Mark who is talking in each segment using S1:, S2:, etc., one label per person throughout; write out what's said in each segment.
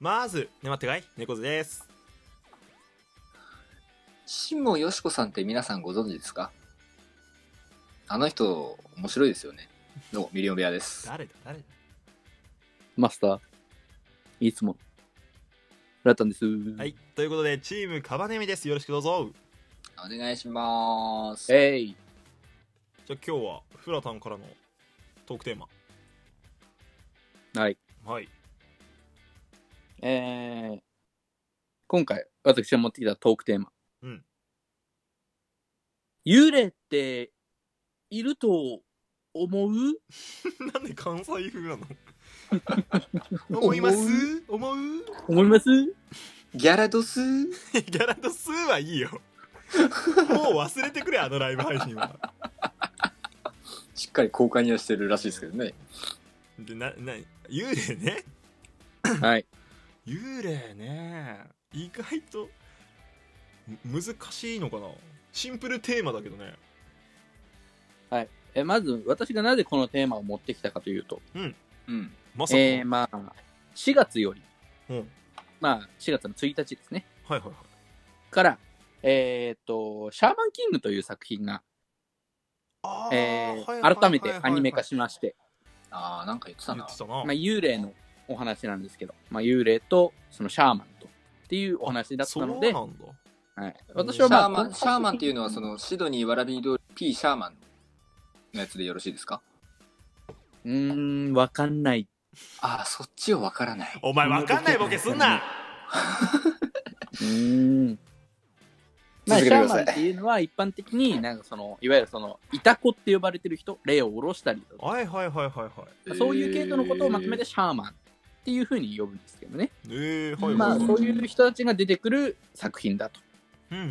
S1: まず、ね、待ってかい猫背です。
S2: 辛坊よしこさんって皆さんご存知ですかあの人、面白いですよね。どう も、ミリオン部屋です。
S1: 誰だ誰だ
S3: マスター、いつも、ラタンです。
S1: はい。ということで、チームカバネミです。よろしくどうぞ。
S2: お願いします。
S3: えい、
S1: じゃあ今日は、フラタンからのトークテーマ。
S3: はい。
S1: はい。
S3: えー、今回、私が持ってきたトークテーマ。
S1: うん
S3: 幽霊って、いると思う
S1: なんで関西風なの 思います思う
S3: 思います
S2: ギャラドス
S1: ギャラドスーはいいよ。もう忘れてくれ、あのライブ配信は。
S2: しっかり公開にはしてるらしいですけどね。
S1: で、な、な、幽霊ね
S3: はい。
S1: 幽霊ね意外とむ難しいのかなシンプルテーマだけどね
S3: えまず、私がなぜこのテーマを持ってきたかというと、
S2: うん。
S1: まさか、
S3: えー、まあ、4月より、
S1: うん
S3: まあ、4月の1日ですね、
S1: はいはいはい
S3: から、えっ、と、シャーマンキングという作品が、
S1: あー
S3: え
S1: はいはい
S3: ー
S1: はいはい
S3: 改めてアニメ化しまして、
S2: ああ、なんか言ってた
S1: 言
S2: な
S1: っ。てたな、
S3: まあ、幽霊のお話なんですけど、まあ、幽霊とそのシャーマンとっていうお話だったので、
S1: そうなんだ
S3: はい、
S2: シ
S3: 私
S2: ャ
S3: はまあ
S2: ーマン、シャーマンっていうのは、そ
S3: ん
S2: の、シドニー・わらび通り P シャーマンのやつでよろしいですか
S3: うーんわかんない
S2: ああ、そっちをわからない。
S1: お前わかんないボケすんな
S3: うーんまあ、
S2: 続
S3: シ
S2: けてく
S3: ャ
S2: だ
S3: ー
S2: さい
S3: マンっていうのは一般的になんかそのいわゆるそのイタコって呼ばれてる人霊を下ろしたりとか、
S1: はいはいはいはいはい
S2: へー
S3: そういう系統のことをまとめてシャーマンっていうふうに呼ぶんですけどね、
S1: えー、はい
S3: ま
S1: は
S3: あ
S1: いはい、
S3: そういう人たちが出てくる作品だと
S1: うんう
S2: うん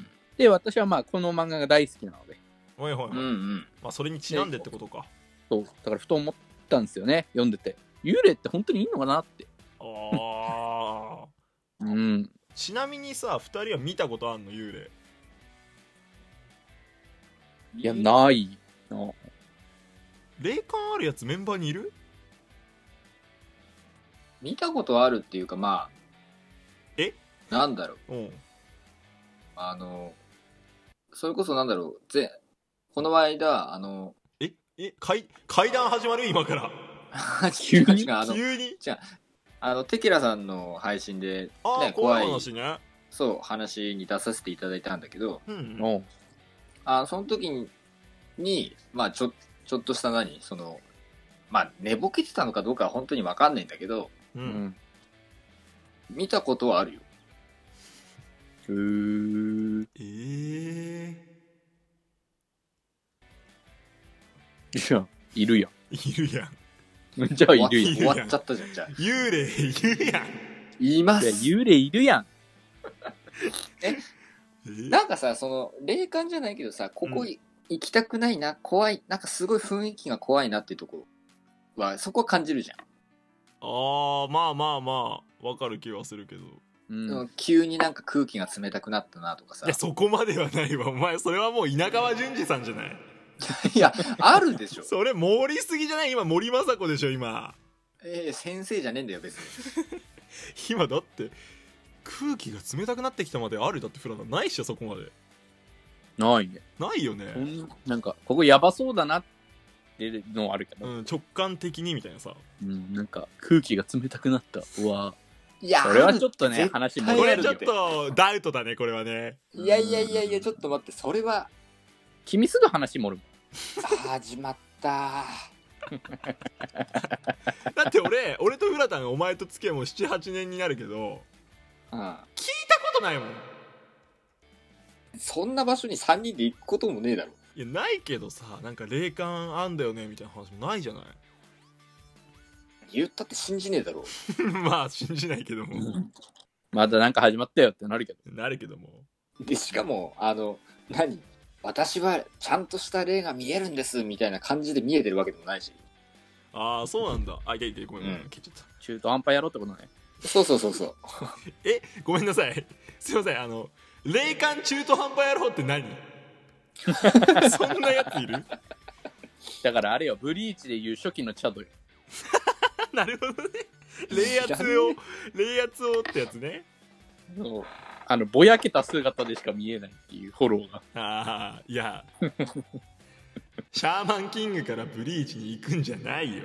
S2: ん。
S3: で私はまあこの漫画が大好きなので
S1: はいはいはい、
S2: うんう
S1: ま
S2: ん。
S1: あ、それにちなんでってことか
S3: そうだからふと思ったんですよね読んでて幽霊って本当にいいのかなって
S1: ああ
S3: うん
S1: ちなみにさ2人は見たことあんの幽霊
S3: いや、ないの。
S1: 霊感あるやつメンバーにいる
S2: 見たことあるっていうか、まあ。
S1: え
S2: なんだろう。
S1: うん
S2: あの、それこそなんだろう。ぜこの間、あの、
S1: ええ階階段始まる今から
S3: 急に
S2: 違うあの、
S1: 急に
S2: あの、テキラさんの配信で、
S1: ああ、
S2: ね
S1: 怖い
S2: 怖い
S1: 話ね。
S2: そう、話に出させていただいたんだけど、
S1: うんうん。
S3: の
S2: あその時に、にまあ、ちょ、ちょっとした何その、まあ、寝ぼけてたのかどうかは本当にわかんないんだけど、
S1: う。。
S3: うん
S2: 見たことはあるよ。
S3: うーん。
S1: ええ
S3: いや、いるや
S1: いるやん。
S3: ん。じゃあ、
S2: 終
S3: い
S2: わ
S3: るやん。い
S2: 終わっちゃったじゃん、じゃあ。
S1: 幽霊いるやん。
S2: います
S3: や、幽霊いるやん。
S1: えー
S2: なんかさ、その、霊感じゃないけどさ、ここい行きたくないな、怖い、なんかすごい雰囲気が怖いなっていうところは、そこは感じるじゃん。
S1: ああ、まあまあまあ、わかる気はするけど。いう
S2: そ
S3: ん
S2: の。急になんか空気が冷たくなったなとかさ。
S1: や、そこまではないわ。お前、それはもう稲川淳二さんじゃない。
S2: いや、あるでしょ。
S1: それ、盛りすぎじゃない今、森雅子でしょ、今。
S2: ええ先生じゃねえんだよ、別に。
S1: 今、だって、空気が冷たくなってきたまであるだってフラダンないっしょ、そこまで。
S3: ないね。
S1: ないよ
S3: そ
S1: ね。
S3: んなんか、ここやばそうだなっていうのはあるけ
S1: う
S3: ど。
S1: ん、直感的にみたいなさ。
S3: うん、なんか、空気が冷たくなった。うわ
S2: いや、
S3: それはちょっと
S2: ある
S3: ね、話
S2: 対
S1: こ
S3: 戻
S1: れ
S3: る
S1: ちょ
S3: け
S1: っ
S3: ど。
S1: と、ダウトだね、これはね。
S2: いやいやいやいや、ちょっと待って、それは、
S3: 君すぐ話盛る
S2: 始まった。
S1: だって俺、 俺とフラタン、お前と付き合いもう7、8年になるけど、
S2: うん。
S1: ことないもん
S2: そんな場所に3人で行くこともねえだろ。
S1: いやないけどさなんか霊感あんだよねみたいな話もないじゃない
S2: 言ったって信じねえだろ。
S1: まあ信じないけど
S3: も
S1: も
S3: ん。まだなんか始まったよってなるけど。
S1: なるけども
S2: で、しかも、あの、何私はちゃんとした霊が見えるんです、みたいな感じで見えてるわけでもないし。
S1: ああそうなんだあいやいやごめんごめん
S2: うん
S1: 消えちゃっ
S3: 中途半端やろってことね。
S2: そうそうそうそう。
S1: たえごめんなさい すいませんあの霊感中途半端野郎って 何そんなやついる
S3: だからあれよ、ブリーチでいう初期のチャドよ。
S1: なるほどね冷
S2: 知らね
S1: 圧を冷圧をってやつね
S3: そうあの、ぼやけた姿でしか見えないっていうフォローが。
S1: ああいやシャーマンキングからブリーチに行くんじゃない よ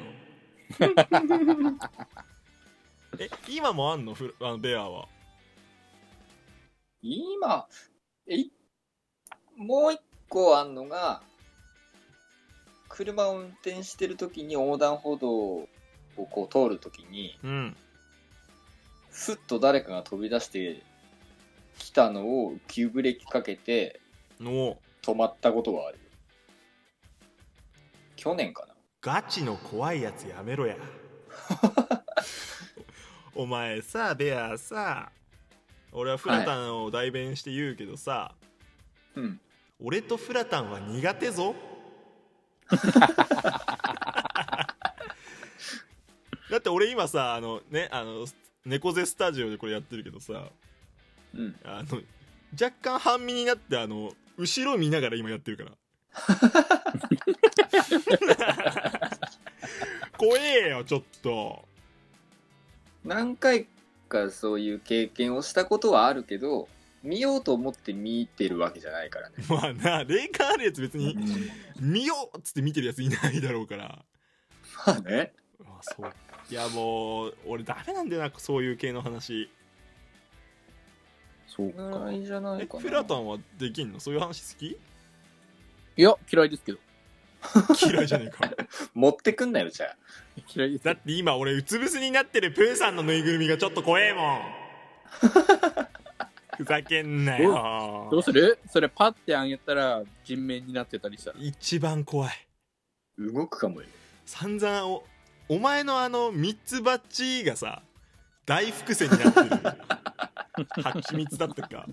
S1: え今もあんのフラあのベアは
S2: 今、えいもう一個あんのが、車を運転してる時に横断歩道をこう通る時に、
S1: うん
S2: ふっと誰かが飛び出してきたのを急ブレーキかけて
S1: の
S2: 止まったことがある。去年かな
S1: ガチの怖いやつやめろやお前さベアさ俺はフラタンを代弁して言うけどさ、
S2: うん。
S1: 俺とフラタンは苦手ぞ だって俺今さあのねあの猫背スタジオでこれやってるけどさ
S2: うん。
S1: あの若干半身になってあの後ろ見ながら今やってる から怖えよちょっと
S2: 何回かそういう経験をしたことはあるけど、見ようと思って見てるわけじゃないからね。
S1: まあな霊感あるやつ別に見ようっつって見てるやついないだろうから
S2: まあね。
S1: まあそういやもう俺ダメなんだよなそういう系の話
S3: そう
S2: ぐら
S3: か。い
S2: いじゃない
S1: え
S2: かな。
S1: フラタンはできんのそういう話好き
S3: や、嫌いですけど。
S1: 嫌いじゃねえ か
S2: 持ってくんなよ、じゃあ。
S3: 嫌いです
S1: だって今俺うつぶすになってるプーさんのぬいぐるみがちょっと怖えもんふざけんな
S3: ど
S1: よ
S3: うするそれパッてあげたら人面になってたりしたら。
S1: 一番怖い
S2: 動くかもよ。
S1: 散々おお前のあの三つバッチがさ大伏線になってる蜂蜜だったか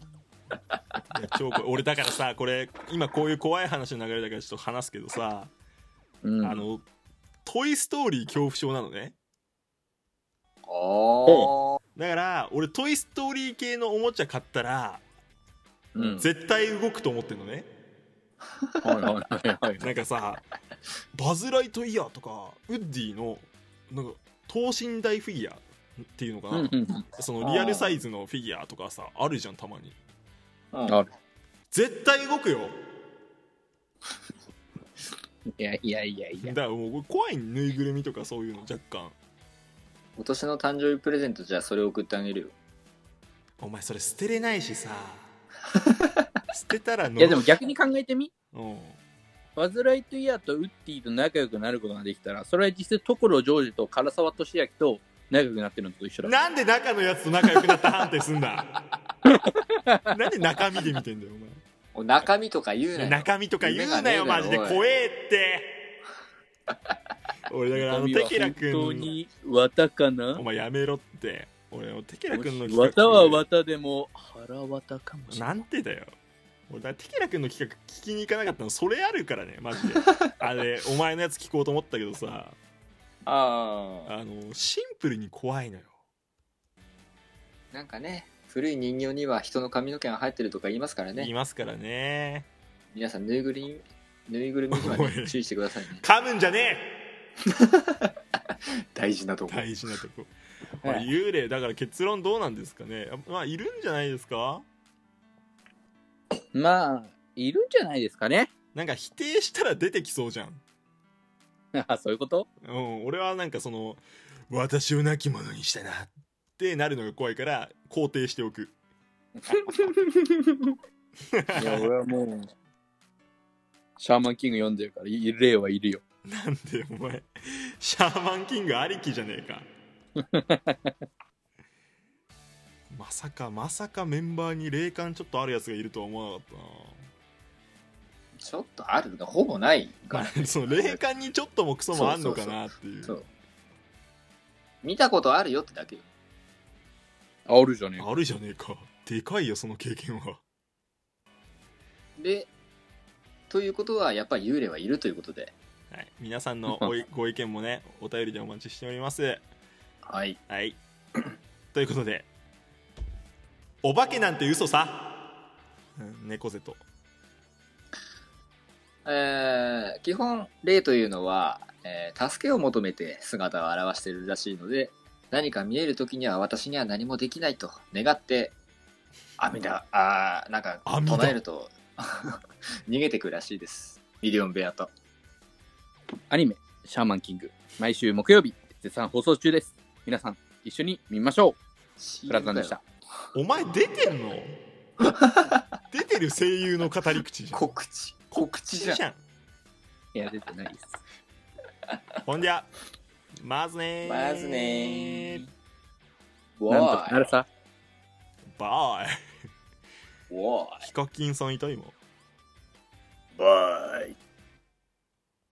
S1: いや超怖い俺だからさこれ今こういう怖い話の流れだからちょっと話すけどさ、
S3: うん。
S1: あの「トイ・ストーリー恐怖症」なのね
S2: あ
S1: だから俺「トイ・ストーリー」系のおもちゃ買ったら
S3: うん、
S1: 絶対動くと思ってんのね
S3: はいはいはいはい。
S1: なんかさ「バズ・ライト・イヤー」とかウッディのなんか等身大フィギュアって いうのかな、
S3: うんうんうん
S1: そのリアルサイズのフィギュアとかさあるじゃんたまに
S2: あ。うん
S3: あ
S1: 絶対動くよ
S3: いやいやいやい
S1: だ
S3: や。
S1: からもう怖いぬいぐるみとかそういうの若干
S2: 今年の誕生日プレゼントじゃあそれ送ってあげるよ。
S1: お前それ捨てれないしさ 捨てたらの
S3: いやでも逆に考えてみ。
S1: うん
S3: バズ・ライトイヤーとウッディと仲良くなることができたら、それは実質所ジョージと唐沢俊明と仲良くなってるのと一緒だ。
S1: なんで中のやつと仲良くなった判定すんだ なんで中身で見てんだよお
S2: お中身とか言うな
S1: 前
S2: よ。
S1: 中身とか言うなよ
S2: 夢が
S1: マ
S2: ね
S1: ジ
S2: えだ
S1: で
S2: ろ
S1: 怖えって 俺だからあの
S3: 中身は
S1: テキラ
S3: 本当
S1: 君
S3: に綿か
S1: お
S3: な
S1: 前やめろって俺もテキラ君の企画
S3: 綿は綿でも腹綿かもしれない。
S1: なんてだよ俺だテキラ君の企画聞きに行かなかったのそれあるからねマ ジであれお前のやつ聞こうと思ったけどさ
S2: ああ。
S1: あのシンプルに怖いのよ
S2: なんかね、古い人形には人の髪の毛が生えてるとか言いますから
S1: い
S2: ね。
S1: ますからね
S2: 皆さん、ぬいぐるみ、ぬいぐるみには、
S1: おい
S2: ね、注意してくださいね。
S1: 噛むんじゃね
S2: 大事なと
S1: え
S2: こ。
S1: 大事なとこ、まあ、幽霊だから結論どうなんですかねあまあいるんじゃないですか
S3: まあ、いるんじゃないですかね。
S1: なんか否定したら出てきそうじゃん、
S3: あそうい うこと
S1: うん、俺はなんかその私を亡き者にしたなってなるのが怖いから肯定しておく
S3: いや、俺はもう、シャーマンキング読んでるから、い霊はいるよ。
S1: なんでお前シャーマンキングありきじゃねえか まさかまさかメンバーに霊感ちょっとあるやつがいるとは思わなか
S2: ちょっとあるがほぼないから
S1: ったなその霊感にちょっともクソもあんのかなっていう
S2: そう。見たことあるよってだけよ。
S3: あるじゃねえか。
S1: あるじゃねえかでかいよその経験は
S2: で、ということは、やっぱり幽霊はいるということで。
S1: はい皆さん のおいご意見もねお便りでお待ちしております
S2: はい。
S1: はいということでお化けなんて嘘さ、うん、猫背と
S2: えー基本、霊というのは、えー助けを求めて姿を現しているらしいので、何か見える時には私には何もできないと願って、阿弥陀、あーなんか
S1: 阿弥陀
S2: 唱えると 逃げてくらしいです。ミリオンベアと。
S3: アニメ、シャーマンキング、毎週木曜日、絶賛放送中です。皆さん、一緒に見ましょう。プラザンでした。
S1: お前出て んの出てる声優の語り口じゃん
S2: 告知。告知じゃん。
S1: ゃん
S3: いや、出てないです。
S1: ほんじゃまずねー
S2: まずねー。
S3: なんと、
S2: わ
S3: あれさ、
S1: バーイ
S2: ーい。わ
S1: ヒカキンさんいた今
S2: ーい。バーイ。